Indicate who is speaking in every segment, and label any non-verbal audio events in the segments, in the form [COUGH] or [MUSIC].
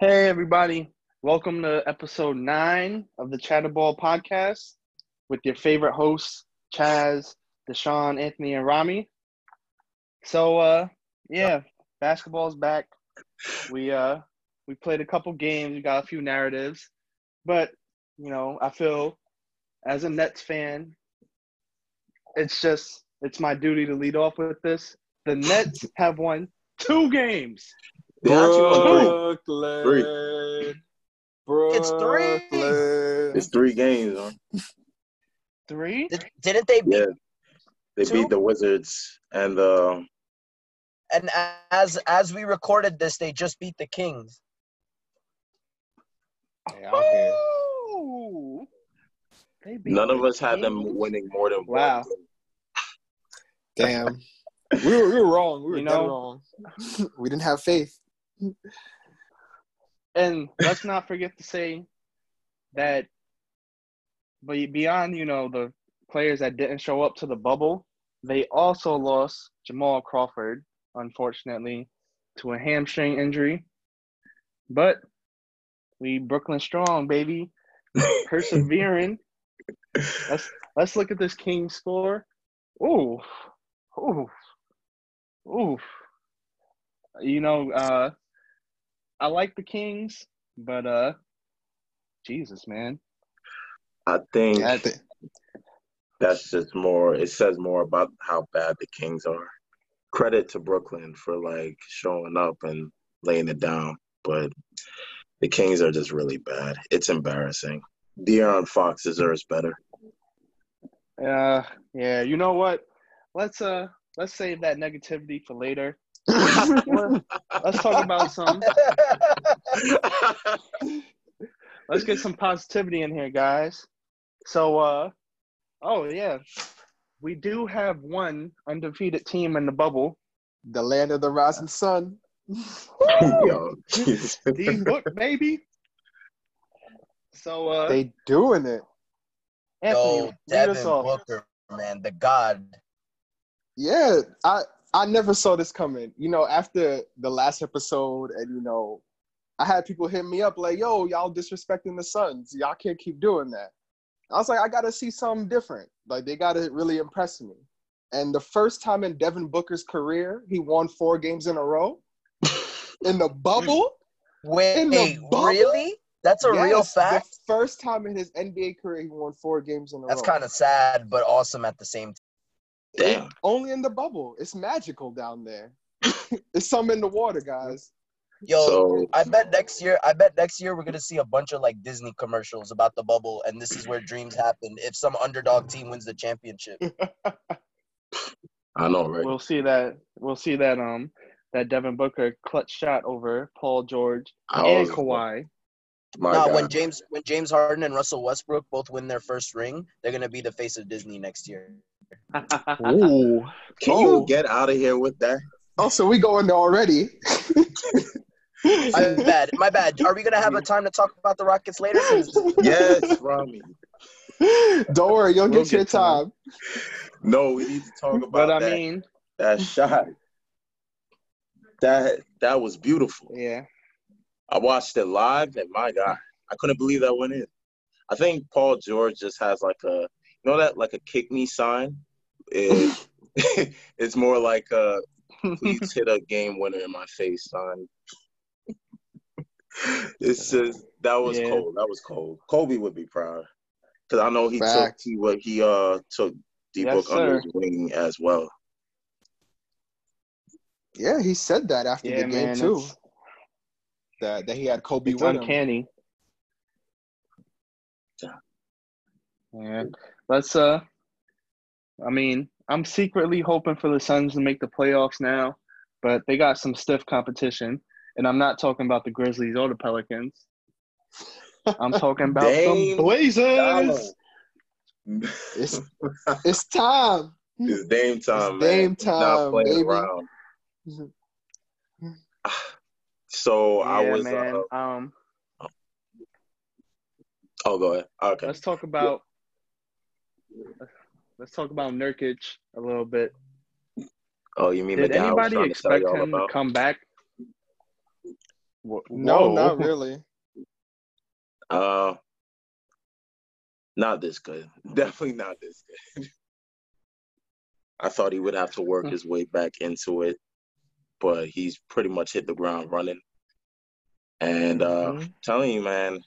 Speaker 1: Hey, everybody. Welcome to episode nine of the Chatterball podcast with your favorite hosts, Chaz, Deshaun, Anthony, and Rami. So, uh, yeah, basketball's back. We, uh, we played a couple games, we got a few narratives, but, you know, I feel as a Nets fan, it's just, it's my duty to lead off with this. The Nets have won two games.
Speaker 2: Brooklyn.
Speaker 3: Three.
Speaker 4: It's three.
Speaker 2: Brooklyn.
Speaker 3: It's three games. Huh?
Speaker 1: Three?
Speaker 4: Did, didn't they beat?
Speaker 3: Yeah, they
Speaker 4: Two?
Speaker 3: beat the Wizards and uh, the
Speaker 4: And as as we recorded this, they just beat the Kings.
Speaker 2: Yeah, I'm here.
Speaker 1: Ooh. They beat
Speaker 3: none of
Speaker 1: the
Speaker 3: us had them
Speaker 1: Kings.
Speaker 3: winning more than
Speaker 1: Wow.
Speaker 3: one. game.
Speaker 2: [GASPS] Damn. We were, we were wrong. We were
Speaker 1: You
Speaker 2: dead
Speaker 1: know? [LAUGHS]
Speaker 2: wrong. We didn't have faith.
Speaker 1: And let's not forget to say that be- beyond, you know, the players that didn't show up to the bubble, they also lost Jamal Crawford, unfortunately, to a hamstring injury. But we Brooklyn strong,
Speaker 3: [LAUGHS]
Speaker 1: baby. Persevering. let's let's look at this King score. Ooh. Ooh. Ooh. You know, uh I like the Kings, but uh Jesus man.
Speaker 3: I think
Speaker 1: That- That's,
Speaker 3: that's just more. It says more about how bad the Kings are. Credit to Brooklyn for like showing up and laying it down, but the Kings are just really bad. It's embarrassing. De'Aaron Fox deserves better. [LAUGHS]
Speaker 1: uh yeah, you know what? Let's uh let's save that negativity for later. let's, let's talk about some let's get some positivity in here, guys. So, uh, oh yeah, we do have one undefeated team in the bubble.
Speaker 2: The land of the rising sun.
Speaker 3: Yo, Jesus.
Speaker 1: D book baby. So, uh,
Speaker 2: They doing it.
Speaker 1: Anthony,
Speaker 4: Yo,
Speaker 1: lead
Speaker 4: Devin
Speaker 1: us off.
Speaker 4: Booker, man, the god.
Speaker 2: Yeah, I I never saw this coming. You know, after the last episode, and you know, I had people hit me up like, "Yo, y'all disrespecting the Suns. Y'all can't keep doing that." I was like, I gotta see something different. Like they gotta really impress me. And the first time in Devin Booker's career, he won four games in a
Speaker 1: [LAUGHS]
Speaker 2: row in the bubble.
Speaker 4: Wait,
Speaker 2: In the bubble?
Speaker 4: really? That's a real
Speaker 2: Yes,
Speaker 4: fact.
Speaker 2: The first time in his NBA career, he won four games in a
Speaker 4: That's
Speaker 2: row.
Speaker 4: kind of sad, but awesome at the same time.
Speaker 3: Damn.
Speaker 2: only in the bubble. It's magical down there. [LAUGHS] it's some in the water, guys.
Speaker 4: Yo,
Speaker 3: So-
Speaker 4: I bet next year. I bet next year we're gonna see a bunch of like Disney commercials about the bubble, and this is where dreams happen. If some underdog team wins the championship,
Speaker 2: Oh
Speaker 3: I know, right?
Speaker 1: We'll see that. We'll see that. Um, that Devin Booker clutch shot over Paul George
Speaker 3: I
Speaker 1: and
Speaker 3: was-
Speaker 1: Kawhi.
Speaker 3: my
Speaker 4: Nah,
Speaker 3: God.
Speaker 4: when James when James Harden and Russell Westbrook both win their first ring, they're gonna be the face of Disney next year.
Speaker 2: Ooh.
Speaker 3: Can
Speaker 2: Oh.
Speaker 3: you get out of here with that?
Speaker 2: Oh, so we going there
Speaker 1: [LAUGHS]
Speaker 2: already. [LAUGHS]
Speaker 4: My bad, my bad. Are we gonna have a time to talk about the Rockets later? 'Cause
Speaker 3: Yes, [LAUGHS] Rami.
Speaker 2: Don't worry, you'll
Speaker 1: We'll
Speaker 2: get your
Speaker 1: get to that.
Speaker 2: time.
Speaker 3: No, we need to talk about
Speaker 1: but I
Speaker 3: that,
Speaker 1: mean,
Speaker 3: that shot. That that was beautiful.
Speaker 1: yeah,
Speaker 3: I watched it live, and my God, I couldn't believe that went in. I think Paul George just has like a, you know that like a kick me sign.
Speaker 1: [LAUGHS]
Speaker 3: It, [LAUGHS] it's more like a please hit a game winner in my face sign. [LAUGHS] it's just that was
Speaker 1: Yeah.
Speaker 3: cold. That was cold. Kobe would be proud because I know he
Speaker 2: Facts.
Speaker 3: took he wa- he uh took D
Speaker 1: Yes,
Speaker 3: Book under
Speaker 1: sir.
Speaker 3: his wing as well.
Speaker 2: Yeah, he said that after
Speaker 1: yeah,
Speaker 2: the game
Speaker 1: man,
Speaker 2: too.
Speaker 1: it's,
Speaker 2: That that he had Kobe
Speaker 1: it's
Speaker 2: with him.
Speaker 1: uncanny. Yeah, let's. Uh, I mean, I'm secretly hoping for the Suns to make the playoffs now, but they got some stiff competition, and I'm not talking about the Grizzlies or the Pelicans. I'm talking
Speaker 3: [LAUGHS]
Speaker 1: about
Speaker 3: Dame
Speaker 1: the Blazers. [LAUGHS]
Speaker 2: It's it's time.
Speaker 3: It's Dame time, man.
Speaker 2: Dame
Speaker 3: He's not
Speaker 2: time,
Speaker 3: playing
Speaker 2: baby.
Speaker 3: around. [SIGHS] So I
Speaker 1: yeah,
Speaker 3: was.
Speaker 1: man.
Speaker 3: Uh,
Speaker 1: um,
Speaker 3: oh, go ahead. Okay.
Speaker 1: let's talk about. Let's talk about Nurkic a little bit.
Speaker 3: Oh, you mean
Speaker 1: Did
Speaker 3: the guy I was
Speaker 1: anybody
Speaker 3: trying to tell
Speaker 1: expect
Speaker 3: y'all
Speaker 1: him to
Speaker 3: about?
Speaker 1: come back? Wha-
Speaker 2: No,
Speaker 1: whoa.
Speaker 2: not really.
Speaker 3: Uh, not this good. [LAUGHS] Definitely not this good. I thought he would have to work his way back into it, but he's pretty much hit the ground running. And uh,
Speaker 1: Mhm.
Speaker 3: telling you, man,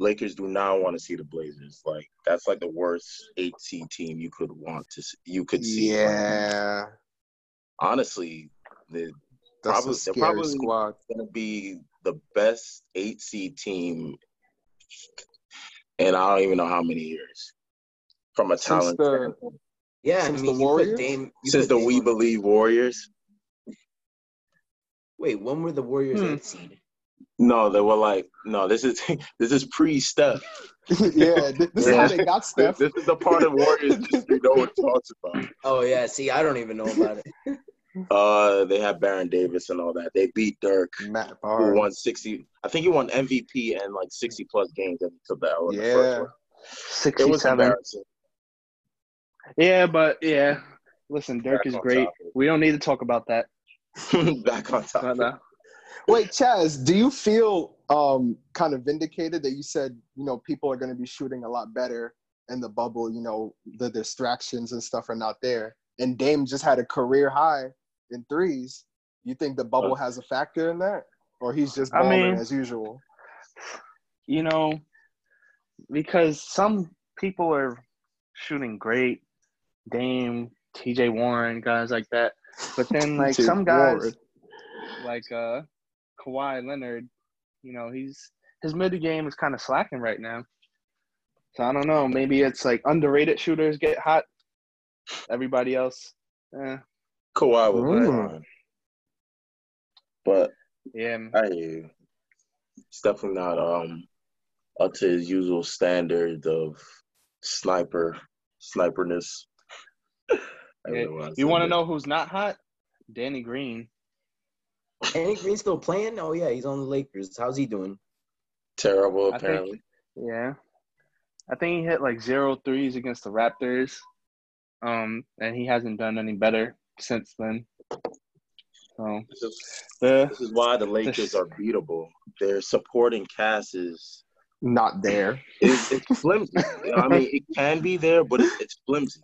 Speaker 3: Lakers do not want to see the Blazers. Like that's like the worst eight seed team you could want to see, you could see. Like,
Speaker 2: Yeah,
Speaker 3: honestly, the
Speaker 2: that's
Speaker 3: Probably-
Speaker 2: a
Speaker 3: they're
Speaker 2: scary
Speaker 3: probably-
Speaker 2: squad.
Speaker 3: gonna be the best eight seed team and I don't even know how many years from a
Speaker 2: Since
Speaker 3: talent.
Speaker 2: the
Speaker 5: Yeah,
Speaker 2: Since
Speaker 5: I
Speaker 2: the
Speaker 5: mean, you
Speaker 2: Warriors?
Speaker 5: put Dame. You
Speaker 3: Since
Speaker 5: put
Speaker 3: the
Speaker 5: Dame
Speaker 3: We
Speaker 5: on-
Speaker 3: Believe Warriors,
Speaker 5: Wait, when were the Warriors
Speaker 1: Hmm.
Speaker 5: eight seed?
Speaker 3: no, they were like, no, this is [LAUGHS] this is pre Steph.
Speaker 2: [LAUGHS] yeah, th- this is
Speaker 3: Yeah.
Speaker 2: how they got
Speaker 3: This
Speaker 2: Steph.
Speaker 3: this is the part of Warriors history no one talks about.
Speaker 5: Oh yeah, see, I don't even know about it. [LAUGHS]
Speaker 3: Uh, they had Baron Davis and all that. They beat Dirk,
Speaker 2: [LAUGHS] Matt
Speaker 3: who
Speaker 2: Barnes.
Speaker 3: won sixty. I think he won MVP and like sixty plus games and took that one. The first
Speaker 2: Yeah,
Speaker 1: Mm-hmm.
Speaker 3: round. It was
Speaker 1: 67.
Speaker 3: embarrassing.
Speaker 1: Yeah, but yeah. Listen, Dirk
Speaker 3: Back
Speaker 1: is
Speaker 3: on
Speaker 1: great.
Speaker 3: topic.
Speaker 1: We don't need to talk about that.
Speaker 3: [LAUGHS] Back on top.
Speaker 1: But, uh,
Speaker 2: Wait, Chaz, do you feel um, kind of vindicated that you said you know people are going to be shooting a lot better in the bubble? You know the distractions and stuff are not there, and Dame just had a career high in threes. You think the bubble has a factor in that, or he's just
Speaker 1: I
Speaker 2: balling
Speaker 1: mean-
Speaker 2: as usual?
Speaker 1: you know, because some people are shooting great, Dame, TJ Warren, guys like that. But then like
Speaker 2: Dude,
Speaker 1: some guys
Speaker 2: Warren.
Speaker 1: like uh Kawhi Leonard, you know, he's his mid game is kind of slacking right now. So I don't know, maybe it's like underrated shooters get hot. Everybody else eh,
Speaker 3: Kawhi was
Speaker 2: Ooh.
Speaker 3: fine. But
Speaker 1: yeah.
Speaker 3: I hear you. It's definitely not um up to his usual standard of sniper sniperness. [LAUGHS] I don't
Speaker 1: Yeah.
Speaker 3: know why I
Speaker 1: You
Speaker 3: said
Speaker 1: want to
Speaker 3: that.
Speaker 1: know who's not hot? Danny Green.
Speaker 5: Danny Green still playing? Oh yeah, he's on the Lakers. How's he doing?
Speaker 3: Terrible,
Speaker 1: I think-
Speaker 3: apparently.
Speaker 1: Yeah. I think he hit like zero threes against the Raptors. Um, and he hasn't done any better since then. So
Speaker 3: This is,
Speaker 1: the
Speaker 3: this is why the Lakers are beatable. Their supporting cast is
Speaker 2: Not there.
Speaker 3: it's, it's flimsy. I mean, it can be there, but it's, it's flimsy.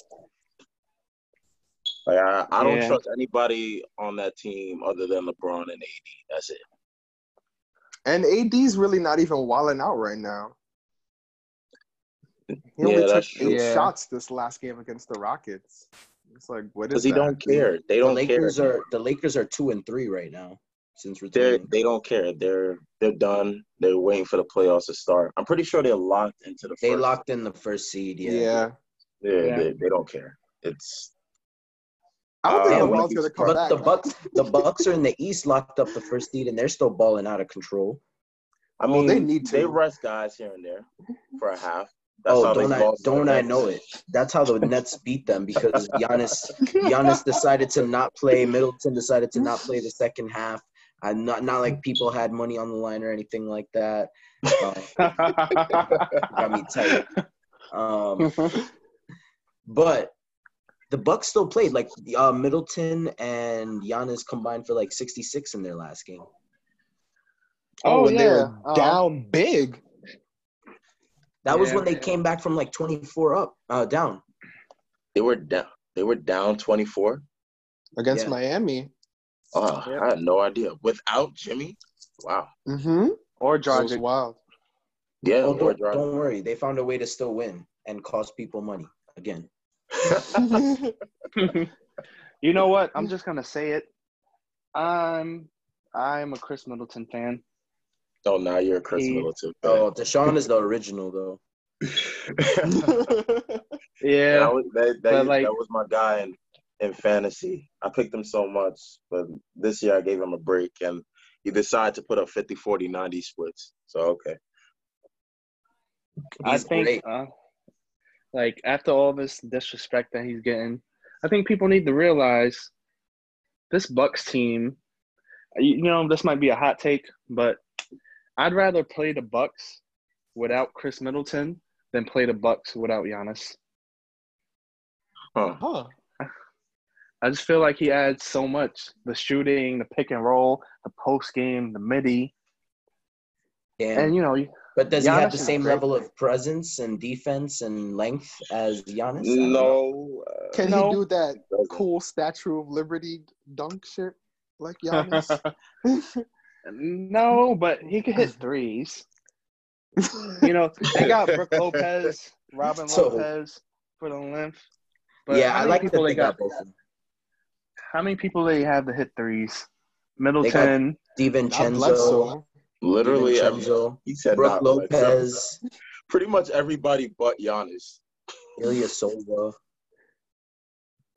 Speaker 3: Like I, I don't
Speaker 1: Yeah.
Speaker 3: trust anybody on that team other than LeBron and AD. That's it.
Speaker 2: And AD's really not even wilding out right now. He only
Speaker 3: Yeah,
Speaker 2: took
Speaker 3: that's
Speaker 2: eight
Speaker 1: true. Yeah.
Speaker 2: shots this last game against the Rockets. It's like what is
Speaker 3: Because he
Speaker 2: that?
Speaker 3: don't care. They don't
Speaker 5: the
Speaker 3: care.
Speaker 5: Lakers are the Lakers are two and three right now since
Speaker 3: They're,
Speaker 5: returning.
Speaker 3: they don't care. They're they're done. They're waiting for the playoffs to start. I'm pretty sure they're locked into the
Speaker 5: They
Speaker 3: first.
Speaker 5: locked in the first seed.
Speaker 2: Yeah.
Speaker 5: Yeah.
Speaker 3: Yeah,
Speaker 1: Yeah.
Speaker 3: They, they don't care. It's
Speaker 2: I don't
Speaker 3: Uh,
Speaker 2: think
Speaker 5: I
Speaker 2: LeBron's
Speaker 5: wouldn't
Speaker 2: gonna
Speaker 3: be
Speaker 2: come
Speaker 5: but
Speaker 2: back.
Speaker 5: the
Speaker 2: right?
Speaker 5: Bucks, the Bucks are in the East, locked up the first seed, and they're still balling out of control.
Speaker 3: I
Speaker 2: Well,
Speaker 3: mean
Speaker 2: they need to.
Speaker 3: they rest guys here and there for a half. That's
Speaker 5: oh,
Speaker 3: how
Speaker 5: don't
Speaker 3: they
Speaker 5: I
Speaker 3: lost. to the
Speaker 5: don't I
Speaker 3: Nets.
Speaker 5: know it? That's how the Nets beat them because Giannis Giannis decided to not play. Middleton decided to not play the second half. i not not like people had money on the line or anything like that. Uh, got me tight. Um, But the Bucks still played. Like uh, Middleton and Giannis combined for like 66 in their last game.
Speaker 2: oh,
Speaker 1: Oh,
Speaker 2: and they were
Speaker 1: yeah. Uh-huh.
Speaker 2: down big.
Speaker 5: That was
Speaker 1: Yeah.
Speaker 5: when they came back from like 24 up, uh, down.
Speaker 3: They were down. They were down 24.
Speaker 2: Against
Speaker 5: Yeah.
Speaker 2: Miami.
Speaker 3: Oh,
Speaker 1: Yep.
Speaker 3: I had no idea. Without Jimmy, wow.
Speaker 2: Mm-hmm.
Speaker 1: [LAUGHS] or
Speaker 2: It was
Speaker 1: Dragic.
Speaker 2: [LAUGHS] wild.
Speaker 3: Yeah,
Speaker 5: Oh,
Speaker 3: or
Speaker 5: don't,
Speaker 3: Dragic.
Speaker 5: don't worry, they found a way to still win and cost people money again.
Speaker 1: you know what? I'm just gonna say it. I'm I'm a Chris Middleton fan.
Speaker 3: oh, now you're a Chris
Speaker 1: He-
Speaker 3: Middleton.
Speaker 5: Oh, Deshaun is the original though.
Speaker 1: Yeah.
Speaker 3: That was, that, that,
Speaker 1: But, like-
Speaker 3: that was my guy in, in fantasy. I picked him so much, but this year I gave him a break and he decided to put up 50, 40, 90 splits. So, okay.
Speaker 1: I
Speaker 5: He's
Speaker 1: think
Speaker 5: great.
Speaker 1: uh, like after all this disrespect that he's getting, I think people need to realize this Bucks team. You you know, this might be a hot take, but I'd rather play the Bucks without Chris Middleton than play the Bucks without Giannis.
Speaker 3: Huh.
Speaker 2: huh.
Speaker 1: I just feel like he adds so much: the shooting, the pick and roll, the post game, the midi.
Speaker 5: Yeah.
Speaker 1: And you know,
Speaker 5: but does he
Speaker 1: Giannis
Speaker 5: have the
Speaker 1: is
Speaker 5: same
Speaker 1: great.
Speaker 5: level of presence and defense and length as Giannis? I don't know.
Speaker 3: No. uh,
Speaker 2: Can
Speaker 1: No.
Speaker 2: he do that
Speaker 3: doesn't.
Speaker 2: cool Statue of Liberty dunk shit like
Speaker 1: [LAUGHS]
Speaker 2: Giannis?
Speaker 1: no, but he could hit threes. You know, they got Brooke Lopez, Robin
Speaker 5: So-
Speaker 1: Lopez for the length.
Speaker 5: yeah,
Speaker 1: how
Speaker 5: I
Speaker 1: many
Speaker 5: like
Speaker 1: people
Speaker 5: that
Speaker 1: they
Speaker 5: they
Speaker 1: got.
Speaker 5: got both. of them.
Speaker 1: How many people they have to hit threes? Middleton,
Speaker 2: Not
Speaker 5: DiVincenzo,
Speaker 2: Bledsoe.
Speaker 3: Literally, every,
Speaker 5: DiVincenzo,
Speaker 3: he said
Speaker 5: Brooke
Speaker 3: not Bledsoe.
Speaker 5: Lopez,
Speaker 3: Pretty much everybody but Giannis.
Speaker 5: Ilya Silva.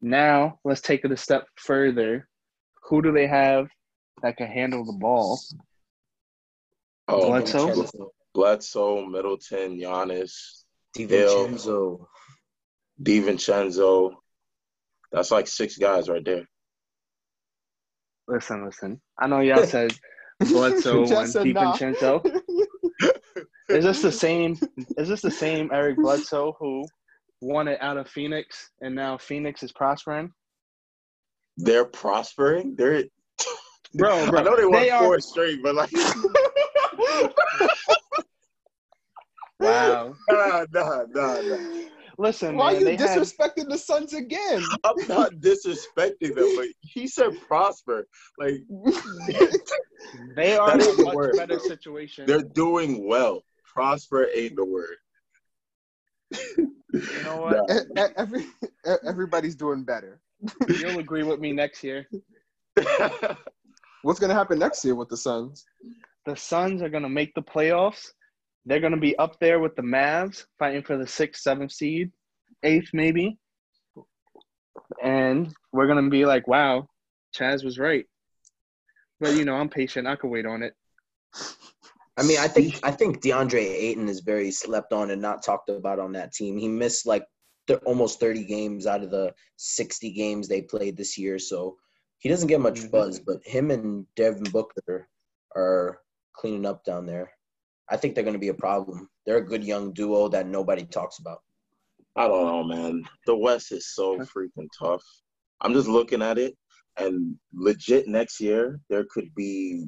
Speaker 1: Now let's take it a step further. Who do they have that can handle the ball?
Speaker 3: Oh,
Speaker 1: Bledsoe?
Speaker 5: DiVincenzo.
Speaker 3: Bledsoe, Middleton, Giannis,
Speaker 5: DiVincenzo.
Speaker 3: DiVincenzo. That's like six guys right there.
Speaker 1: Listen, listen. I know y'all said
Speaker 2: [LAUGHS]
Speaker 1: Bledsoe
Speaker 2: Just
Speaker 1: and
Speaker 2: said nah.
Speaker 1: DiVincenzo. Is this the same? Is this the same Eric Bledsoe who won it out of Phoenix and now Phoenix is prospering?
Speaker 3: They're prospering. They're
Speaker 1: Bro,
Speaker 3: I know they won
Speaker 1: They are-
Speaker 3: four straight, but like [LAUGHS]
Speaker 2: [LAUGHS]
Speaker 1: wow.
Speaker 3: nah, nah, nah, nah.
Speaker 1: Listen,
Speaker 2: Why
Speaker 1: man,
Speaker 2: you
Speaker 1: they have
Speaker 2: disrespecting the
Speaker 1: [LAUGHS]
Speaker 2: Suns again?
Speaker 3: I'm not disrespecting them, but he said prosper. Like
Speaker 1: they are in
Speaker 3: That is
Speaker 1: a
Speaker 3: the
Speaker 1: much
Speaker 3: word,
Speaker 1: better
Speaker 3: bro.
Speaker 1: situation.
Speaker 3: they're doing well. Prosper ain't the word. [LAUGHS]
Speaker 1: you know what?
Speaker 3: Nah.
Speaker 2: E- e- Every, e- everybody's doing better.
Speaker 1: You'll agree with me next year.
Speaker 2: What's gonna happen next year with the Suns? [LAUGHS]
Speaker 1: The Suns are gonna make the playoffs. They're gonna be up there with the Mavs, fighting for the sixth, seventh seed, eighth maybe. And we're gonna be like, wow, Chaz was right. But you know, I'm patient. I could wait on
Speaker 3: [LAUGHS]
Speaker 1: it.
Speaker 5: I mean, I think I think DeAndre Ayton is very slept on and not talked about on that team. He missed like th- almost 30 games out of the 60 games they played this year, so he doesn't get much
Speaker 1: Mhm.
Speaker 5: buzz. But him and Devin Booker are cleaning up down there. I think they're going to be a problem. They're a good young duo that nobody talks about.
Speaker 3: I don't know, man. The West is so freaking tough. I'm just looking at it, and legit next year there could be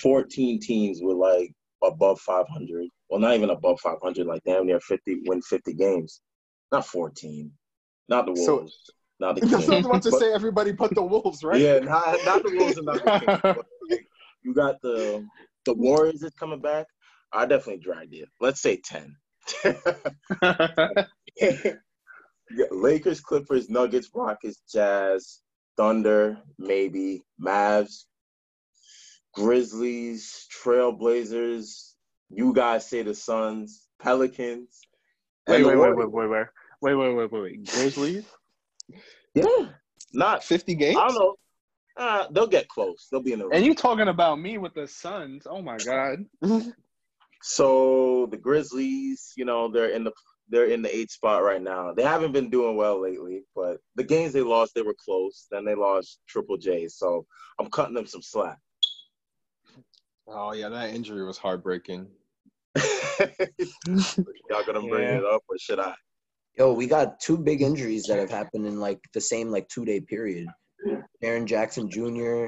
Speaker 3: 14 teams with like above 500. Well, not even above 500. Like damn near 50 win 50 games. Not 14. Not the
Speaker 2: So-
Speaker 3: Wolves. not the
Speaker 2: [LAUGHS] That's
Speaker 3: Kings.
Speaker 2: what I was about to
Speaker 3: [LAUGHS] But-
Speaker 2: say. Everybody but the Wolves, right?
Speaker 3: Yeah, not, not the Wolves and not the Kings.
Speaker 2: [LAUGHS]
Speaker 3: but, like, you got the the Warriors is coming back. I definitely dragged it. Let's say 10. [LAUGHS] You got Lakers, Clippers, Nuggets, Rockets, Jazz, Thunder, maybe Mavs, Grizzlies, Trailblazers. You guys say the Suns, Pelicans.
Speaker 1: wait,
Speaker 3: and the
Speaker 1: wait, wait,
Speaker 3: Warriors.
Speaker 1: wait, wait, wait, wait, wait, wait, wait, wait. Grizzlies?
Speaker 3: Yeah, not.
Speaker 2: Fifty
Speaker 3: I
Speaker 2: games.
Speaker 3: don't know. Uh, they'll get close. They'll be in the.
Speaker 1: And you talking about me with the Suns? Oh my God!
Speaker 3: So the Grizzlies, you know, they're in the they're in the eighth spot right now. They haven't been doing well lately, but the games they lost, they were close. Then they lost Triple J, so I'm cutting them some slack.
Speaker 2: Oh yeah, that injury was [LAUGHS] heartbreaking.
Speaker 3: [LAUGHS] Y'all gonna bring
Speaker 1: Yeah.
Speaker 3: it up, or should I?
Speaker 5: Yo, we got two
Speaker 2: Mm-hmm.
Speaker 5: big injuries that have happened in like the same like two day period. Aaron Jackson Jr.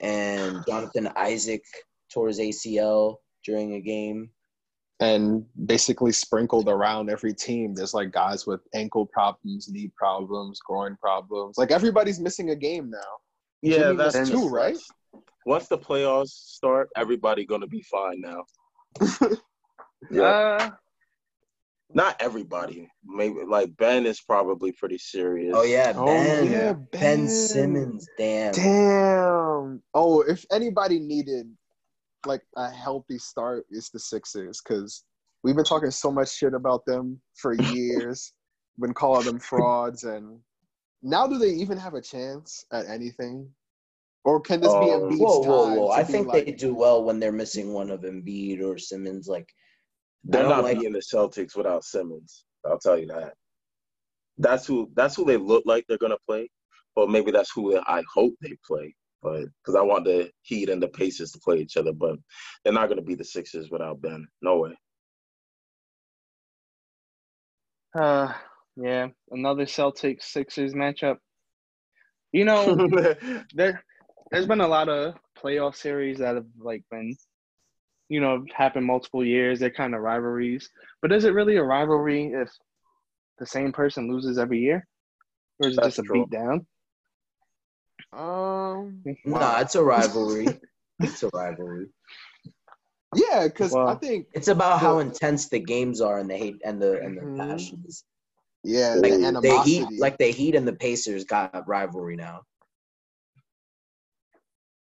Speaker 5: and Jonathan Isaac tore his ACL during a game.
Speaker 2: and basically sprinkled around every team. There's like guys with ankle problems, knee problems, groin problems. Like everybody's missing a game now. Jimmy missed two, right?
Speaker 3: Once the playoffs start, everybody gonna be fine now.
Speaker 5: [LAUGHS]
Speaker 1: Uh,
Speaker 3: Not everybody. Maybe like Ben is probably pretty serious.
Speaker 5: Oh yeah,
Speaker 2: Oh,
Speaker 5: Ben.
Speaker 2: yeah,
Speaker 5: ben.
Speaker 2: Ben.
Speaker 5: Simmons. Damn.
Speaker 2: Damn. Oh, if anybody needed like a healthy start, it's the Sixers because we've been talking so much shit about them
Speaker 5: [LAUGHS]
Speaker 2: for years. been calling them frauds, and now do they even have a chance at anything? Or can this be
Speaker 3: Um,
Speaker 2: Embiid's
Speaker 5: Uh, Whoa, whoa,
Speaker 2: time
Speaker 5: whoa!
Speaker 2: to
Speaker 5: I
Speaker 2: be
Speaker 5: think
Speaker 2: like,
Speaker 5: they do well when they're missing one of Embiid or Simmons. Like I
Speaker 3: They're
Speaker 5: don't
Speaker 3: not
Speaker 5: like-
Speaker 3: beating the Celtics without Simmons. I'll tell you that. That's who. That's who they look like they're gonna play. But maybe that's who I hope they play. But because I want the Heat and the Pacers to play each other, but they're not gonna be the Sixers without Ben. No way.
Speaker 1: uh, yeah. Another Celtics Sixers matchup.
Speaker 3: [LAUGHS]
Speaker 2: [LAUGHS]
Speaker 1: You know, there there's been a lot of playoff series that have like been you know, happen multiple years. They're kind of rivalries. But is it really a rivalry if the same person loses every year? Or is it
Speaker 3: That's
Speaker 1: just a
Speaker 3: true.
Speaker 1: beat down?
Speaker 2: Um,
Speaker 5: Nah, it's a
Speaker 2: [LAUGHS]
Speaker 5: rivalry. it's a rivalry.
Speaker 2: yeah, because I
Speaker 1: Well-
Speaker 2: think
Speaker 5: It's about how intense the games are and the hate and the and
Speaker 2: Mhm.
Speaker 5: the passions.
Speaker 2: yeah,
Speaker 5: Like
Speaker 2: the
Speaker 5: the
Speaker 2: animosity.
Speaker 5: Heat, like the Heat and the Pacers got a rivalry now.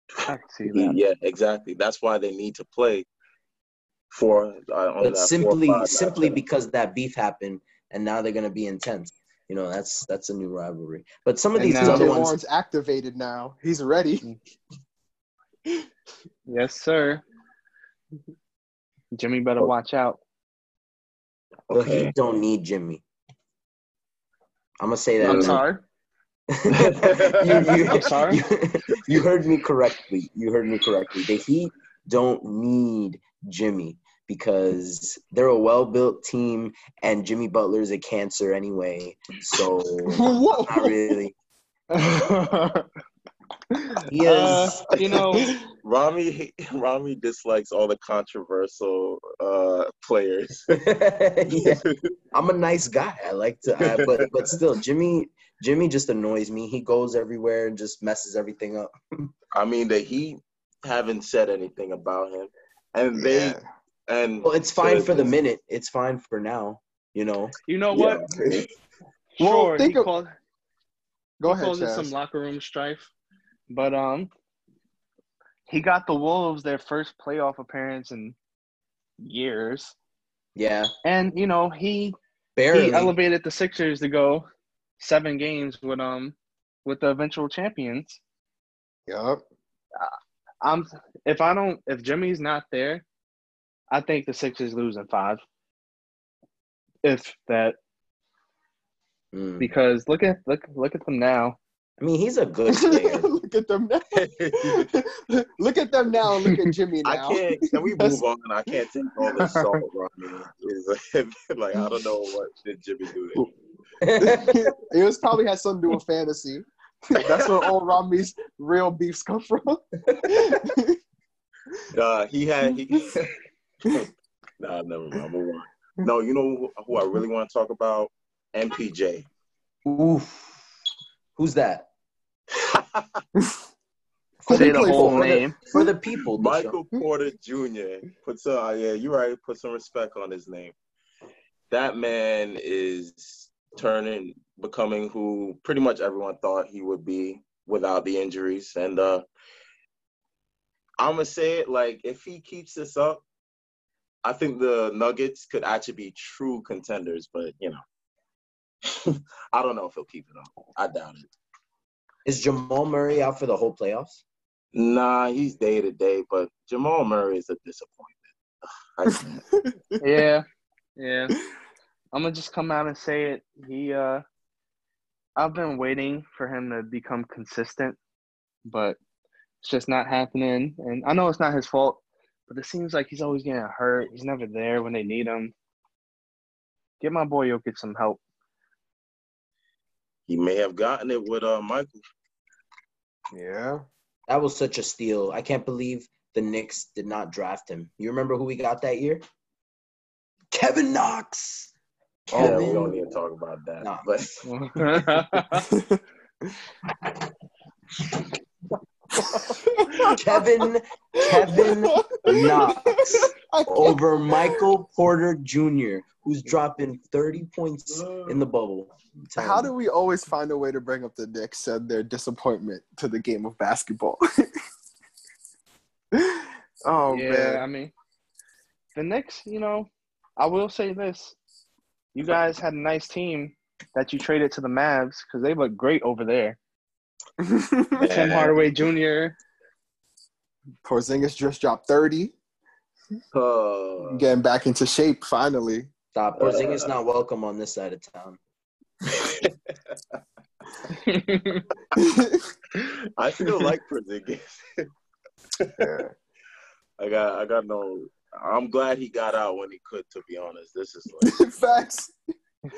Speaker 1: [LAUGHS] I can see that.
Speaker 3: E, Yeah, exactly. That's why they need to play four uh, on
Speaker 5: But
Speaker 3: that
Speaker 5: simply
Speaker 3: four, five
Speaker 5: simply
Speaker 3: matchup.
Speaker 5: because that beef happened and now they're gonna be intense. You know, that's that's a new rivalry. But some of
Speaker 1: And
Speaker 5: these
Speaker 1: now-
Speaker 5: other
Speaker 2: DJ
Speaker 5: ones
Speaker 2: Orange activated now. He's ready.
Speaker 5: [LAUGHS]
Speaker 1: Yes, sir. Jimmy
Speaker 3: Oh.
Speaker 1: better watch out.
Speaker 5: the
Speaker 3: Okay.
Speaker 5: Heat don't need Jimmy. I'm gonna say that.
Speaker 3: I'm
Speaker 5: now.
Speaker 1: I'm sorry.
Speaker 5: [LAUGHS] you, you,
Speaker 1: [LAUGHS] I'm sorry?
Speaker 5: You, you heard me correctly. You heard me correctly. The Heat don't need Jimmy because they're a well-built team, and Jimmy Butler is a cancer anyway. So not
Speaker 2: Whoa. [LAUGHS]
Speaker 1: [LAUGHS]
Speaker 5: really.
Speaker 2: Uh,
Speaker 5: [LAUGHS]
Speaker 1: [LAUGHS]
Speaker 5: He
Speaker 1: Uh,
Speaker 5: is.
Speaker 1: you know,
Speaker 3: Rami [LAUGHS] Rami dislikes all the controversial uh, players.
Speaker 5: [LAUGHS]
Speaker 1: [LAUGHS]
Speaker 5: yeah, I'm a nice guy. I like to, I, but but still, Jimmy Jimmy just annoys me. He goes everywhere and just messes everything up.
Speaker 3: I mean, the Heat haven't said anything about him, and they
Speaker 2: Yeah.
Speaker 3: and
Speaker 5: Well, it's fine for the minute. It's fine for now. You know.
Speaker 1: you know
Speaker 3: Yeah.
Speaker 2: [LAUGHS]
Speaker 1: what?
Speaker 2: Well,
Speaker 1: Sure,
Speaker 2: think
Speaker 1: he
Speaker 2: of-
Speaker 1: called-
Speaker 2: Go
Speaker 1: he
Speaker 2: ahead,
Speaker 1: causes some
Speaker 2: Chaz.
Speaker 1: locker room strife, but um, he got the Wolves their first playoff appearance in years,
Speaker 5: Yeah.
Speaker 1: and you know he
Speaker 5: Barely.
Speaker 1: he elevated the Sixers to go seven games with um with the eventual champions.
Speaker 2: Yup.
Speaker 1: I'm if I don't if Jimmy's not there, I think the Sixers lose in five. If that
Speaker 5: Mm.
Speaker 1: because look at look look at them now.
Speaker 5: I mean, he's a
Speaker 1: [LAUGHS]
Speaker 5: good player.
Speaker 2: [LAUGHS]
Speaker 5: [LAUGHS]
Speaker 2: look at them now. [LAUGHS] look at them now. and Look at Jimmy
Speaker 3: [LAUGHS] I
Speaker 2: now.
Speaker 3: can't. Can
Speaker 5: [LAUGHS]
Speaker 3: we
Speaker 2: That's-
Speaker 3: move on? I can't take all this salt, Rami. It's like, [LAUGHS] like, I don't know what did Jimmy do. There.
Speaker 2: [LAUGHS] it was probably had something to do with fantasy. [LAUGHS] That's where all Rami's real beefs come from.
Speaker 3: Nah, Uh, he had. He, nah, never mind. Move on. No, you know who, who I really want to talk about? MPJ.
Speaker 5: Oof.
Speaker 1: [LAUGHS]
Speaker 5: Who's that?
Speaker 2: Who
Speaker 1: Say
Speaker 2: he
Speaker 1: the
Speaker 2: played
Speaker 1: whole
Speaker 2: for?
Speaker 5: for,
Speaker 1: name.
Speaker 5: The, for the people. Deshaun.
Speaker 3: Michael Porter Jr. Put some. Uh, yeah, you're right. Put some respect on his name. That man is turning, becoming who pretty much everyone thought he would be without the injuries. And uh, I'm gonna say it like if he keeps this up, I think the Nuggets could actually be true contenders. But you know, [LAUGHS] I don't know if he'll keep it up. I doubt it.
Speaker 5: Is Jamal Murray out for the whole playoffs?
Speaker 3: Nah, he's day to day, but Jamal Murray is a disappointment. I can't.
Speaker 1: yeah, yeah. I'm gonna just come out and say it. He, uh, I've been waiting for him to become consistent, but it's just not happening. And I know it's not his fault, but it seems like he's always getting hurt. He's never there when they need him. Get my boy Jokic some help. [LAUGHS]
Speaker 3: He may have gotten it with uh, Michael.
Speaker 2: [LAUGHS] Yeah.
Speaker 5: That was such a steal. I can't believe the Knicks did not draft him. You remember who we got that year? Kevin Knox.
Speaker 3: Oh,
Speaker 5: Kevin.
Speaker 3: we don't need to talk about that.
Speaker 5: Nah.
Speaker 3: But
Speaker 5: [LAUGHS] Kevin. Kevin Knox.
Speaker 2: I can't-
Speaker 5: over Michael Porter Jr., who's dropping 30 points
Speaker 3: [LAUGHS]
Speaker 5: in the bubble. I'm telling
Speaker 2: How
Speaker 5: you.
Speaker 2: do we always find a way to bring up the Knicks and their disappointment to the game of basketball? [LAUGHS] oh
Speaker 1: yeah, I
Speaker 2: man.
Speaker 1: mean, the Knicks. You know, I will say this: you guys had a nice team that you traded to the Mavs because they look great over there. Tim Hardaway Jr.
Speaker 2: [LAUGHS] Porzingis just dropped 30,
Speaker 3: Uh,
Speaker 2: getting back into shape finally. [LAUGHS]
Speaker 5: Stop. Porzingis not welcome on this side of town.
Speaker 3: I still like Porzingis.
Speaker 2: Yeah.
Speaker 3: [LAUGHS] I got, I got no. I'm glad he got out when he could. To be honest, this is like,
Speaker 2: Facts.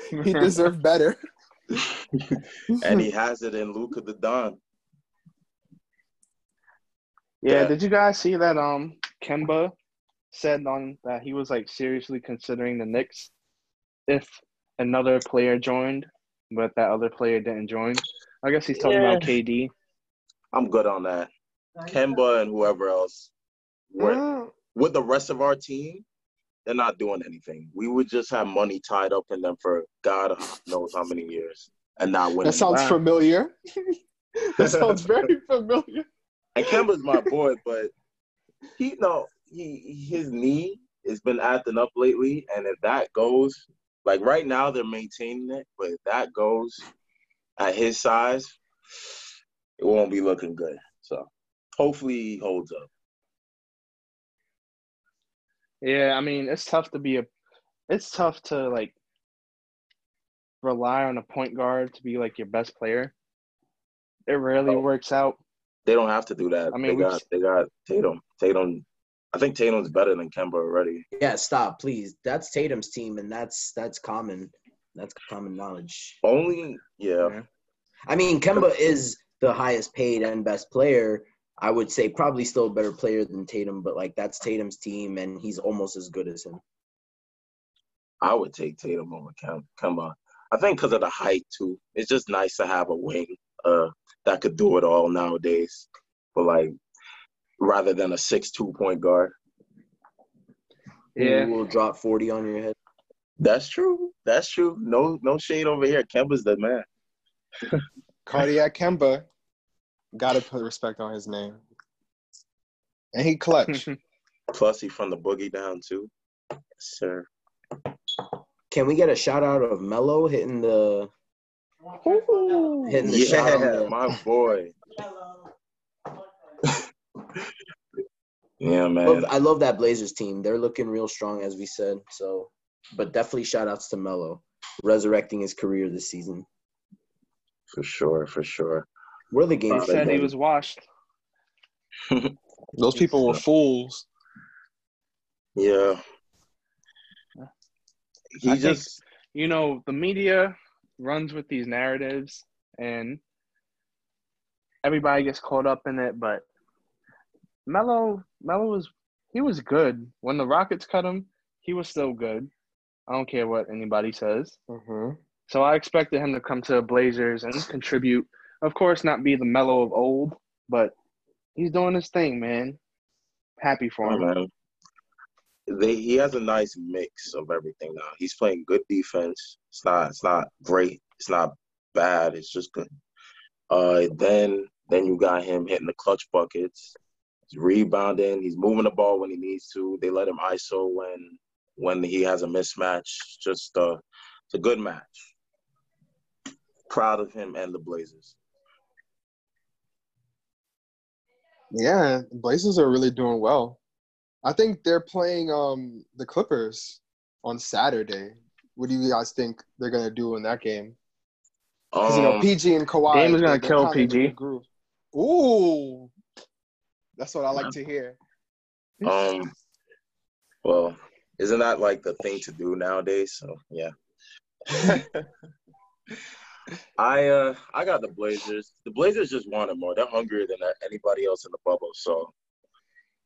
Speaker 1: [LAUGHS]
Speaker 2: He deserved better. [LAUGHS]
Speaker 3: and he has it in Luca the Don.
Speaker 1: Yeah,
Speaker 3: Yeah.
Speaker 1: did you guys see that um Kemba said on that he was like seriously considering the Knicks if another player joined, but that other player didn't join. I guess he's talking about KD.
Speaker 3: I'm good on that. Kemba and whoever else. We're,
Speaker 1: Mm,
Speaker 3: With the rest of our team, they're not doing anything. We would just have money tied up in them for God knows how many years and not winning.
Speaker 2: That sounds
Speaker 1: Wow.
Speaker 2: familiar. [LAUGHS] that sounds very familiar.
Speaker 3: And Kemba's my boy, but he no, he his knee has been acting up lately, and if that goes, like right now they're maintaining it, but if that goes at his size, it won't be looking good. So hopefully he holds up.
Speaker 1: yeah, I mean it's tough to be a, it's tough to like rely on a point guard to be like your best player. It rarely
Speaker 3: Oh.
Speaker 1: works out.
Speaker 3: They don't have to do that.
Speaker 1: I
Speaker 3: I
Speaker 1: mean,
Speaker 3: mean,
Speaker 1: we
Speaker 3: they got
Speaker 1: just-
Speaker 3: they got Tatum. Tatum, I think Tatum's better than Kemba already.
Speaker 5: Yeah, stop, please. That's Tatum's team, and that's that's common. That's common knowledge.
Speaker 3: Only yeah,
Speaker 1: Yeah.
Speaker 5: I mean, Kemba is the highest paid and best player. I would say probably still a better player than Tatum, but like that's Tatum's team, and he's almost as good as him.
Speaker 3: I would take Tatum over Kem- Kemba. I think because of the height too. It's just nice to have a wing uh, that could do it all nowadays. But like, rather than a six-two point guard,
Speaker 1: Yeah.
Speaker 5: Who will drop forty on your head?
Speaker 3: that's true. That's true. No, no shade over here. Kemba's the man.
Speaker 2: Cardiac Kemba. Gotta put respect on his name. And he clutch.
Speaker 3: Plus, he from the boogie down too, Yes, sir.
Speaker 5: Can we get a shout out of Mello hitting the hitting the shot on
Speaker 3: Yeah,
Speaker 5: the
Speaker 3: my boy. yeah,
Speaker 5: Love-
Speaker 3: man.
Speaker 5: I love that Blazers team. They're looking real strong, as we said. So, but definitely shout outs to Melo, resurrecting his career this season.
Speaker 3: For sure. For sure.
Speaker 5: Where are the games?
Speaker 1: He said he was washed.
Speaker 2: Those people were fools.
Speaker 3: Yeah. He
Speaker 1: I think-
Speaker 3: just.
Speaker 1: you know, the media runs with these narratives and everybody gets caught up in it, but Melo Melo was he was good. When the Rockets cut him, he was still good. I don't care what anybody says.
Speaker 2: Mm-hmm.
Speaker 1: So I expected him to come to the Blazers and contribute. Of course not be the Melo of old, but he's doing his thing, man. Happy for
Speaker 3: Oh,
Speaker 1: him.
Speaker 3: man. They, he has a nice mix of everything now. He's playing good defense. It's not it's not great. It's not bad. It's just good. Uh, then then you got him hitting the clutch buckets. He's rebounding. He's moving the ball when he needs to. They let him ISO when when he has a mismatch. Just uh, it's a good match. Proud of him and the Blazers.
Speaker 2: Yeah, Blazers are really doing well. I think they're playing um the Clippers on Saturday. What do you guys think they're gonna do in that game? 'Cause, you know
Speaker 3: Um,
Speaker 2: PG and Kawhi.
Speaker 1: Dame is gonna
Speaker 2: they're- they're
Speaker 1: kill
Speaker 2: kinda in a
Speaker 1: PG.
Speaker 2: good groove. Ooh, that's what I like to hear.
Speaker 3: um, well, isn't that like the thing to do nowadays? So
Speaker 5: [LAUGHS]
Speaker 3: yeah. I uh I got the Blazers. The Blazers just wanted more. They're hungrier than uh, anybody else in the bubble, so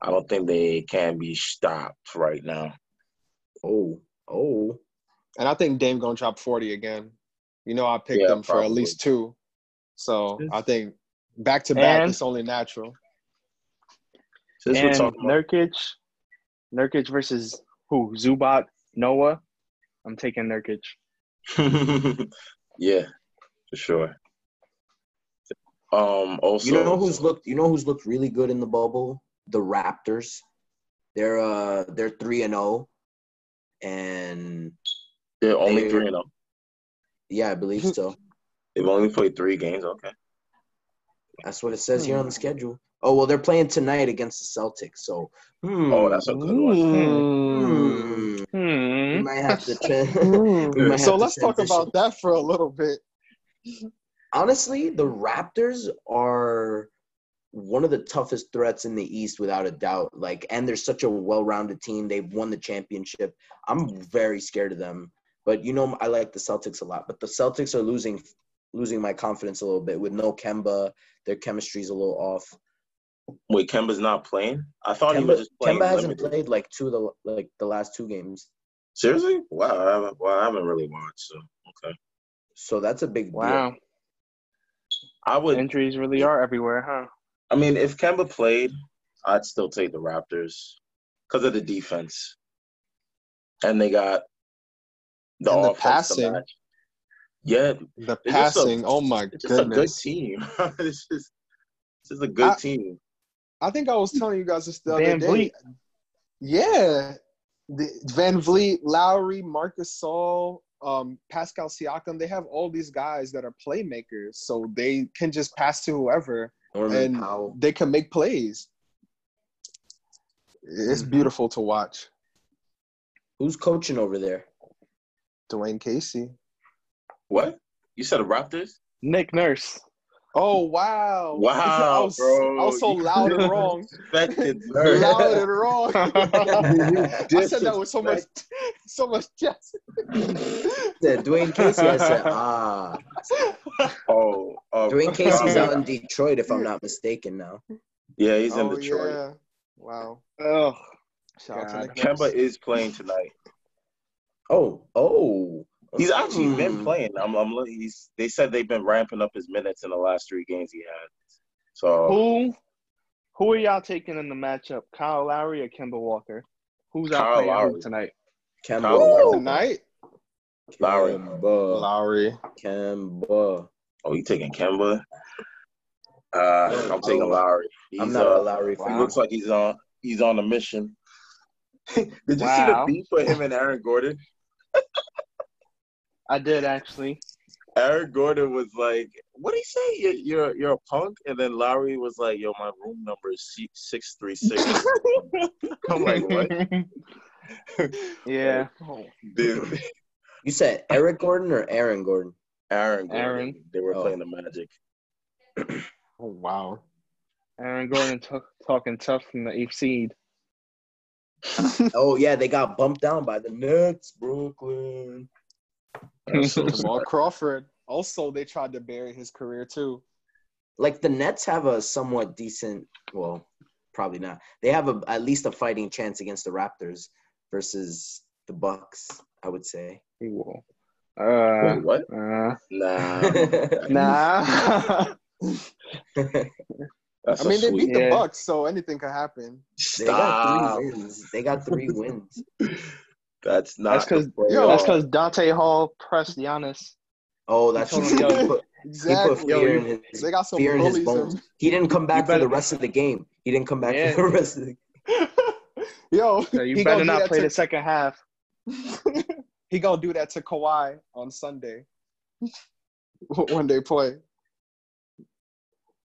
Speaker 3: I don't think they can be stopped right now.
Speaker 5: Oh, oh,
Speaker 2: And I think Dame gonna drop forty again. You know I picked
Speaker 3: Yeah,
Speaker 2: them for at
Speaker 3: probably.
Speaker 2: least two, so I think back to back
Speaker 1: And-
Speaker 2: it's only natural.
Speaker 3: Since we're
Speaker 1: and
Speaker 3: talking about
Speaker 1: Nurkic, Nurkic versus who? Zubat, Noah. I'm taking Nurkic.
Speaker 3: [LAUGHS] yeah, for sure. Um, also,
Speaker 5: you know who's looked? You know who's looked really good in the bubble? The Raptors. They're uh they're three and zero, and
Speaker 3: they're only
Speaker 5: they-
Speaker 3: three and oh.
Speaker 5: yeah, I believe
Speaker 3: [LAUGHS]
Speaker 5: so.
Speaker 3: They've only played three games. Okay,
Speaker 5: That's what it says here on
Speaker 3: Hmm.
Speaker 5: the schedule. Oh well, they're playing tonight against the Celtics. So, hmm,
Speaker 3: oh, that's a good one.
Speaker 5: hmm, we
Speaker 1: Hmm.
Speaker 5: might have
Speaker 3: [LAUGHS]
Speaker 5: to.
Speaker 2: [LAUGHS]
Speaker 5: Tra-
Speaker 2: Mm.
Speaker 5: We might have
Speaker 2: so
Speaker 5: to
Speaker 2: let's talk
Speaker 5: transition.
Speaker 2: about that for a little bit.
Speaker 5: honestly, the Raptors are one of the toughest threats in the East without a doubt. Like, and they're such a well-rounded team. They've won the championship. I'm very scared of them. But you know, I like the Celtics a lot. But the Celtics are losing, losing my confidence a little bit with no Kemba. Their chemistry's a little off.
Speaker 3: Wait, Kemba's not playing? I thought he
Speaker 5: Kemba,
Speaker 3: was just playing.
Speaker 5: Kemba hasn't
Speaker 3: limited.
Speaker 5: played like two of the like the last two games,
Speaker 3: Seriously? Wow. I haven't, well, I haven't really watched. So okay.
Speaker 5: so that's a big deal.
Speaker 1: Wow,
Speaker 3: I would.
Speaker 1: injuries really are everywhere, huh?
Speaker 3: I mean, if Kemba played, I'd still take the Raptors because of the defense, and they got the
Speaker 2: And the
Speaker 3: offense to
Speaker 2: passing.
Speaker 3: match. Yeah,
Speaker 2: The
Speaker 3: It's just a-
Speaker 2: passing, oh my
Speaker 3: it's just
Speaker 2: goodness!
Speaker 3: a good team. [LAUGHS] it's just, it's just a good
Speaker 2: I-
Speaker 3: team.
Speaker 2: I think I was telling you guys this the other
Speaker 1: Van
Speaker 2: day.
Speaker 1: Vliet.
Speaker 2: Yeah, the Van Vliet, Lowry, Marcus Saul, um, Pascal Siakam. They have all these guys that are playmakers, so they can just pass to whoever
Speaker 5: Norman
Speaker 2: and
Speaker 5: Powell.
Speaker 2: they can make plays. It's
Speaker 3: Mm-hmm.
Speaker 1: Mhm.
Speaker 2: beautiful to watch.
Speaker 5: Who's coaching over there?
Speaker 2: Dwayne Casey.
Speaker 3: What? You said the Raptors?
Speaker 1: Nick Nurse.
Speaker 2: Oh wow! [LAUGHS] [LAUGHS] I
Speaker 3: Wow,
Speaker 2: was,
Speaker 3: bro. [LAUGHS]
Speaker 2: I was so loud and wrong. [LAUGHS]
Speaker 3: Expected, sir.
Speaker 2: loud and [LAUGHS] wrong. I said that with so much, so much chest.
Speaker 3: [LAUGHS]
Speaker 5: Said Dwayne Casey. I said, ah,
Speaker 3: Oh, oh, [LAUGHS]
Speaker 5: Dwayne Casey's
Speaker 3: wow.
Speaker 5: out in Detroit, if I'm not mistaken. Now
Speaker 3: Yeah, he's in
Speaker 2: Oh,
Speaker 3: Detroit.
Speaker 2: yeah. Wow.
Speaker 1: Oh,
Speaker 2: Shout out to
Speaker 1: God.
Speaker 2: Nick
Speaker 3: Kemba
Speaker 2: Nurse.
Speaker 3: is playing tonight.
Speaker 5: Oh, oh.
Speaker 3: He's actually been
Speaker 5: Mm.
Speaker 3: playing. I'm, I'm. look- He's. They said they've been ramping up his minutes in the last three games he had. So
Speaker 1: who, who are y'all taking in the matchup? Kyle Lowry or Kemba Walker? Who's
Speaker 3: Kyle
Speaker 1: out playing who
Speaker 3: Lowry.
Speaker 1: tonight?
Speaker 5: Kemba.
Speaker 3: Kyle
Speaker 2: Oh.
Speaker 3: Lowry.
Speaker 2: Tonight,
Speaker 3: Lowry.
Speaker 5: Kemba.
Speaker 2: Lowry.
Speaker 5: Kemba.
Speaker 3: Oh, you taking Kemba? Uh, I'm taking Lowry. He's,
Speaker 5: Oh. I'm not a
Speaker 3: uh,
Speaker 5: Lowry
Speaker 3: He
Speaker 5: fan.
Speaker 1: Wow.
Speaker 3: looks like he's on. He's on a mission. [LAUGHS] Did you see the
Speaker 1: Wow.
Speaker 3: beef for him and Aaron Gordon?
Speaker 1: I did actually.
Speaker 3: Aaron Gordon was like, "What do you say? You're you're, you're a punk." And then Lowry was like, "Yo, my room number is six three
Speaker 5: [LAUGHS]
Speaker 3: six. I'm like, "What,
Speaker 1: yeah.
Speaker 3: dude?"
Speaker 5: You said Eric Gordon or
Speaker 3: [LAUGHS]
Speaker 5: Aaron Gordon?
Speaker 3: Aaron Gordon.
Speaker 1: Aaron.
Speaker 3: They were
Speaker 5: Oh.
Speaker 3: playing the
Speaker 5: [LAUGHS]
Speaker 3: Magic.
Speaker 2: [LAUGHS] Oh, wow.
Speaker 1: Aaron Gordon t- talking tough from the eighth seed.
Speaker 5: Oh yeah, they got bumped down by the Nets, Brooklyn.
Speaker 3: That's so
Speaker 2: Jamal
Speaker 3: [LAUGHS] sad.
Speaker 2: Crawford. Also, they tried to bury his career, too.
Speaker 5: Like the Nets have a somewhat decent, well, probably not. They have a, at least a fighting chance against the Raptors versus the Bucks. I would say. [LAUGHS]
Speaker 1: He will. Uh,
Speaker 3: Wait, what?
Speaker 1: uh,
Speaker 3: Nah,
Speaker 2: [LAUGHS]
Speaker 1: nah.
Speaker 3: that's
Speaker 2: I mean,
Speaker 3: a
Speaker 2: they
Speaker 3: sweet.
Speaker 2: beat
Speaker 1: Yeah.
Speaker 2: the Bucks, so anything could happen.
Speaker 5: They got
Speaker 3: Stop.
Speaker 5: three wins. They got three wins.
Speaker 3: That's not.
Speaker 1: That's 'cause-
Speaker 3: the playoff.
Speaker 2: Yo.
Speaker 1: That's because Dante Hall pressed Giannis.
Speaker 3: [LAUGHS]
Speaker 5: Oh, that's
Speaker 1: He
Speaker 5: true.
Speaker 1: told him,
Speaker 5: He
Speaker 1: yo,
Speaker 5: put, he put
Speaker 2: Exactly.
Speaker 5: fear
Speaker 1: you-
Speaker 5: in his
Speaker 2: they got some
Speaker 5: fear in his
Speaker 2: bullies.
Speaker 5: bones.
Speaker 2: In-
Speaker 5: He didn't come back for
Speaker 1: better-
Speaker 5: the rest of the game. He didn't come back
Speaker 1: Yeah.
Speaker 5: for the rest of the
Speaker 2: [LAUGHS] Yo,
Speaker 1: So you
Speaker 2: he
Speaker 1: better
Speaker 2: gonna do
Speaker 1: not
Speaker 2: that
Speaker 1: play
Speaker 2: to-
Speaker 1: the second half.
Speaker 2: he gonna do that to Kawhi on Sunday [LAUGHS] when they play.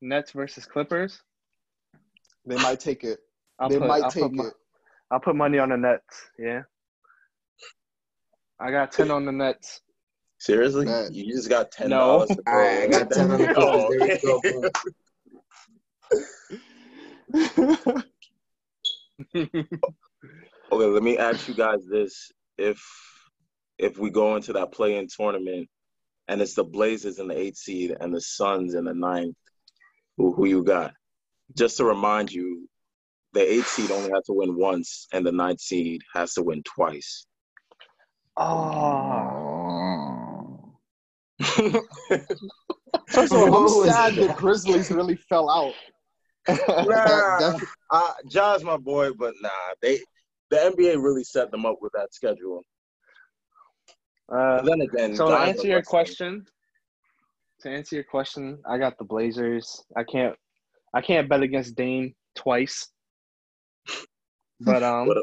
Speaker 1: Nets versus Clippers.
Speaker 2: They might take it.
Speaker 1: I'll
Speaker 2: they
Speaker 1: put,
Speaker 2: might
Speaker 1: I'll
Speaker 2: take
Speaker 1: put my,
Speaker 2: it.
Speaker 1: I'll put money on the Nets. Yeah. I got ten on the Nets.
Speaker 3: Seriously,
Speaker 2: Man.
Speaker 3: you just got ten
Speaker 1: No.
Speaker 3: dollars.
Speaker 5: All right, I got 10
Speaker 3: [LAUGHS]
Speaker 5: on [LAUGHS] the Clippers. There we go. Boom.
Speaker 3: Okay, let me ask you guys this: if if we go into that play-in tournament and it's the Blazers in the eighth seed and the Suns in the ninth, who, who you got? Just to remind you, the eighth seed only has to win once, and the ninth seed has to win twice.
Speaker 1: Oh.
Speaker 3: [LAUGHS]
Speaker 2: First of all, I'm
Speaker 5: What was
Speaker 2: sad
Speaker 1: [LAUGHS]
Speaker 2: the
Speaker 5: that?
Speaker 2: Grizzlies really fell out. [LAUGHS] That- that-
Speaker 3: uh, John's my boy, but nah, they the NBA really set them up with that schedule.
Speaker 1: Uh,
Speaker 3: then again,
Speaker 1: so to answer your question, to answer your question, I got the Blazers. I can't, I can't bet against Dame twice. But um,
Speaker 3: What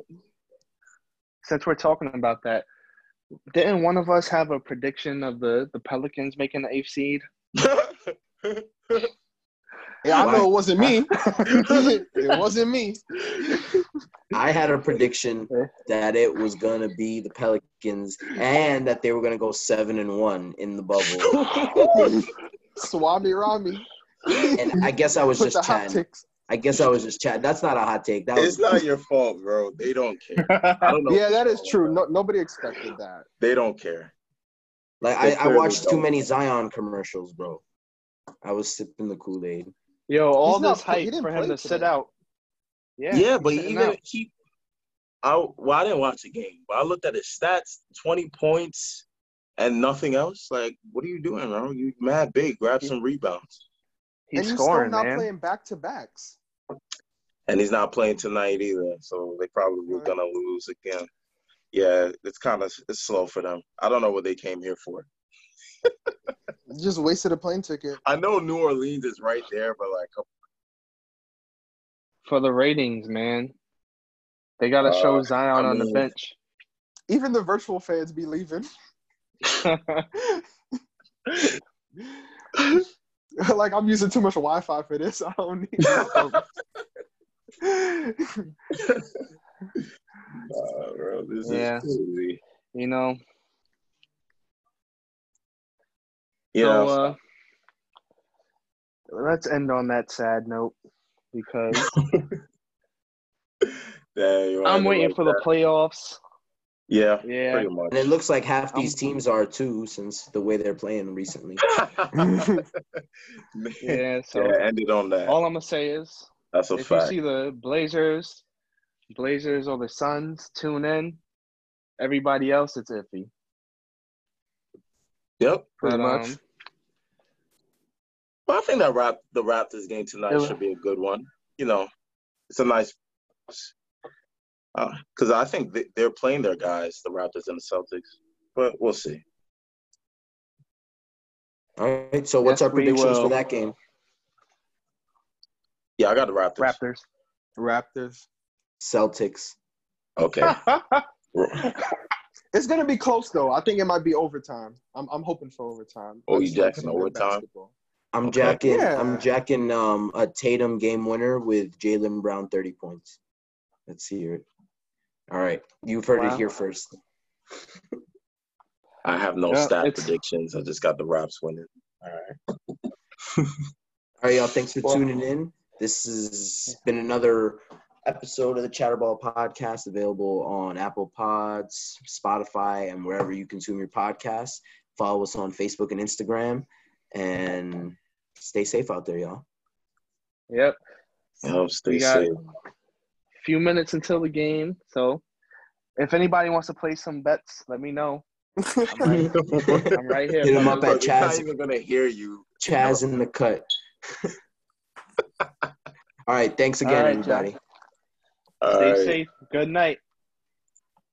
Speaker 1: since we're talking about that, didn't one of us have a prediction of the the Pelicans making the eighth seed? [LAUGHS]
Speaker 2: yeah, I know
Speaker 1: Why-
Speaker 2: it
Speaker 1: [LAUGHS]
Speaker 2: wasn't me. it wasn't me.
Speaker 5: I had a prediction that it was gonna be the Pelicans and that they were gonna go seven and one in the bubble.
Speaker 2: Swami Rami.
Speaker 5: And I guess
Speaker 2: [LAUGHS]
Speaker 5: I was
Speaker 2: Put the
Speaker 5: just
Speaker 2: hot
Speaker 5: chatting.
Speaker 2: ticks.
Speaker 5: I guess I was just chatting. That's not a hot take.
Speaker 3: [LAUGHS]
Speaker 5: That
Speaker 3: it's
Speaker 5: was
Speaker 3: not your fault, bro. They don't care. I don't know.
Speaker 2: [LAUGHS] Yeah, that is true. No, nobody expected that.
Speaker 3: They don't care.
Speaker 5: like
Speaker 3: They
Speaker 5: I, I
Speaker 3: clearly
Speaker 5: watched too
Speaker 3: don't.
Speaker 5: many Zion commercials, bro. I was sipping the Kool Aid.
Speaker 1: Yo, all
Speaker 2: not
Speaker 1: this
Speaker 2: play- he
Speaker 1: hype
Speaker 2: didn't
Speaker 1: for him
Speaker 2: play
Speaker 1: to sit
Speaker 2: today.
Speaker 1: out.
Speaker 3: Yeah,
Speaker 1: Yeah,
Speaker 3: but
Speaker 1: sitting
Speaker 3: even
Speaker 1: out.
Speaker 3: he, I well, I didn't watch the game, but I looked at his stats: twenty points and nothing else. Like, what are you doing, bro? You mad big? Grab some rebounds,
Speaker 2: and
Speaker 1: he's
Speaker 2: he's
Speaker 1: scoring,
Speaker 2: still not
Speaker 1: man.
Speaker 2: playing back to backs.
Speaker 3: and he's not playing tonight either. So they probably were
Speaker 2: Right.
Speaker 3: gonna lose again. Yeah, it's kind of it's slow for them. I don't know what they came here for.
Speaker 2: Just wasted a plane ticket.
Speaker 3: I know New Orleans is right there, but like,
Speaker 1: For the ratings, man. They gotta show
Speaker 3: Uh,
Speaker 1: Zion
Speaker 3: I
Speaker 1: on the
Speaker 3: mean-
Speaker 1: bench.
Speaker 2: Even the virtual fans be leaving. [LAUGHS] like I'm using too much Wi-Fi for this. I don't need.
Speaker 3: nah, bro, this
Speaker 1: Yeah.
Speaker 3: is crazy.
Speaker 1: you know.
Speaker 3: Yeah,
Speaker 1: So uh, let's end on that sad note
Speaker 3: [LAUGHS]
Speaker 1: because
Speaker 3: Dang, you wanna
Speaker 1: I'm
Speaker 3: do
Speaker 1: waiting
Speaker 3: like
Speaker 1: for
Speaker 3: that?
Speaker 1: the playoffs.
Speaker 3: Yeah,
Speaker 1: Yeah.
Speaker 3: pretty much.
Speaker 5: And it looks like half these
Speaker 1: I'm-
Speaker 5: teams are too, since the way they're playing recently.
Speaker 3: [LAUGHS]
Speaker 1: [LAUGHS]
Speaker 3: Man, yeah,
Speaker 1: Yeah, so
Speaker 3: ended on that.
Speaker 1: all I'm gonna say is
Speaker 3: That's a
Speaker 1: if
Speaker 3: fact.
Speaker 1: you see the Blazers, Blazers or the Suns, tune in. Everybody else, it's iffy.
Speaker 3: yep, pretty
Speaker 1: But,
Speaker 3: much.
Speaker 1: um,
Speaker 3: Well, I think that rap the Raptors game tonight
Speaker 1: It-
Speaker 3: should be a good one. You know, it's a nice because I think th- they're playing their guys, the Raptors and the Celtics. But we'll see.
Speaker 5: All right. So what's
Speaker 1: Yes,
Speaker 5: our
Speaker 1: we
Speaker 5: predictions
Speaker 1: will.
Speaker 5: for that game?
Speaker 3: Yeah, I got the Raptors.
Speaker 1: Raptors.
Speaker 2: Raptors.
Speaker 5: Celtics.
Speaker 3: Okay.
Speaker 2: It's gonna be close though. I think it might be overtime. I'm I'm hoping for overtime.
Speaker 3: Oh,
Speaker 2: I
Speaker 3: you
Speaker 2: just like
Speaker 3: jacking
Speaker 2: some good
Speaker 3: overtime?
Speaker 2: basketball.
Speaker 5: I'm
Speaker 3: Okay.
Speaker 5: jacking.
Speaker 2: Yeah.
Speaker 5: I'm jacking um, a Tatum game winner with Jalen Brown 30 points. Let's hear it. All right, you've heard
Speaker 1: Wow.
Speaker 5: it here first.
Speaker 3: [LAUGHS] I have no
Speaker 1: Yeah,
Speaker 3: stat
Speaker 1: it's-
Speaker 3: predictions. I just got the Raps winning. All right.
Speaker 5: All right, y'all. Thanks for
Speaker 1: Well-
Speaker 5: tuning in. This has been another episode of the Chatterball Podcast, available on Apple Pods, Spotify, and wherever you consume your podcasts. Follow us on Facebook and Instagram, and stay safe out there, y'all.
Speaker 1: Yep.
Speaker 3: Yep, stay
Speaker 1: We got- [LAUGHS]
Speaker 3: safe.
Speaker 1: Few minutes until the game, so if anybody wants to play some bets, let me know. I'm right, I'm right here.
Speaker 5: Hit 'em
Speaker 1: brother.
Speaker 5: up at
Speaker 3: Look, he's not
Speaker 5: Chaz.
Speaker 3: even gonna hear you.
Speaker 5: Chaz in the cut. [LAUGHS] All right, thanks again,
Speaker 1: All right, Chaz.
Speaker 5: everybody.
Speaker 3: All
Speaker 1: Stay
Speaker 3: right.
Speaker 1: safe. Good night.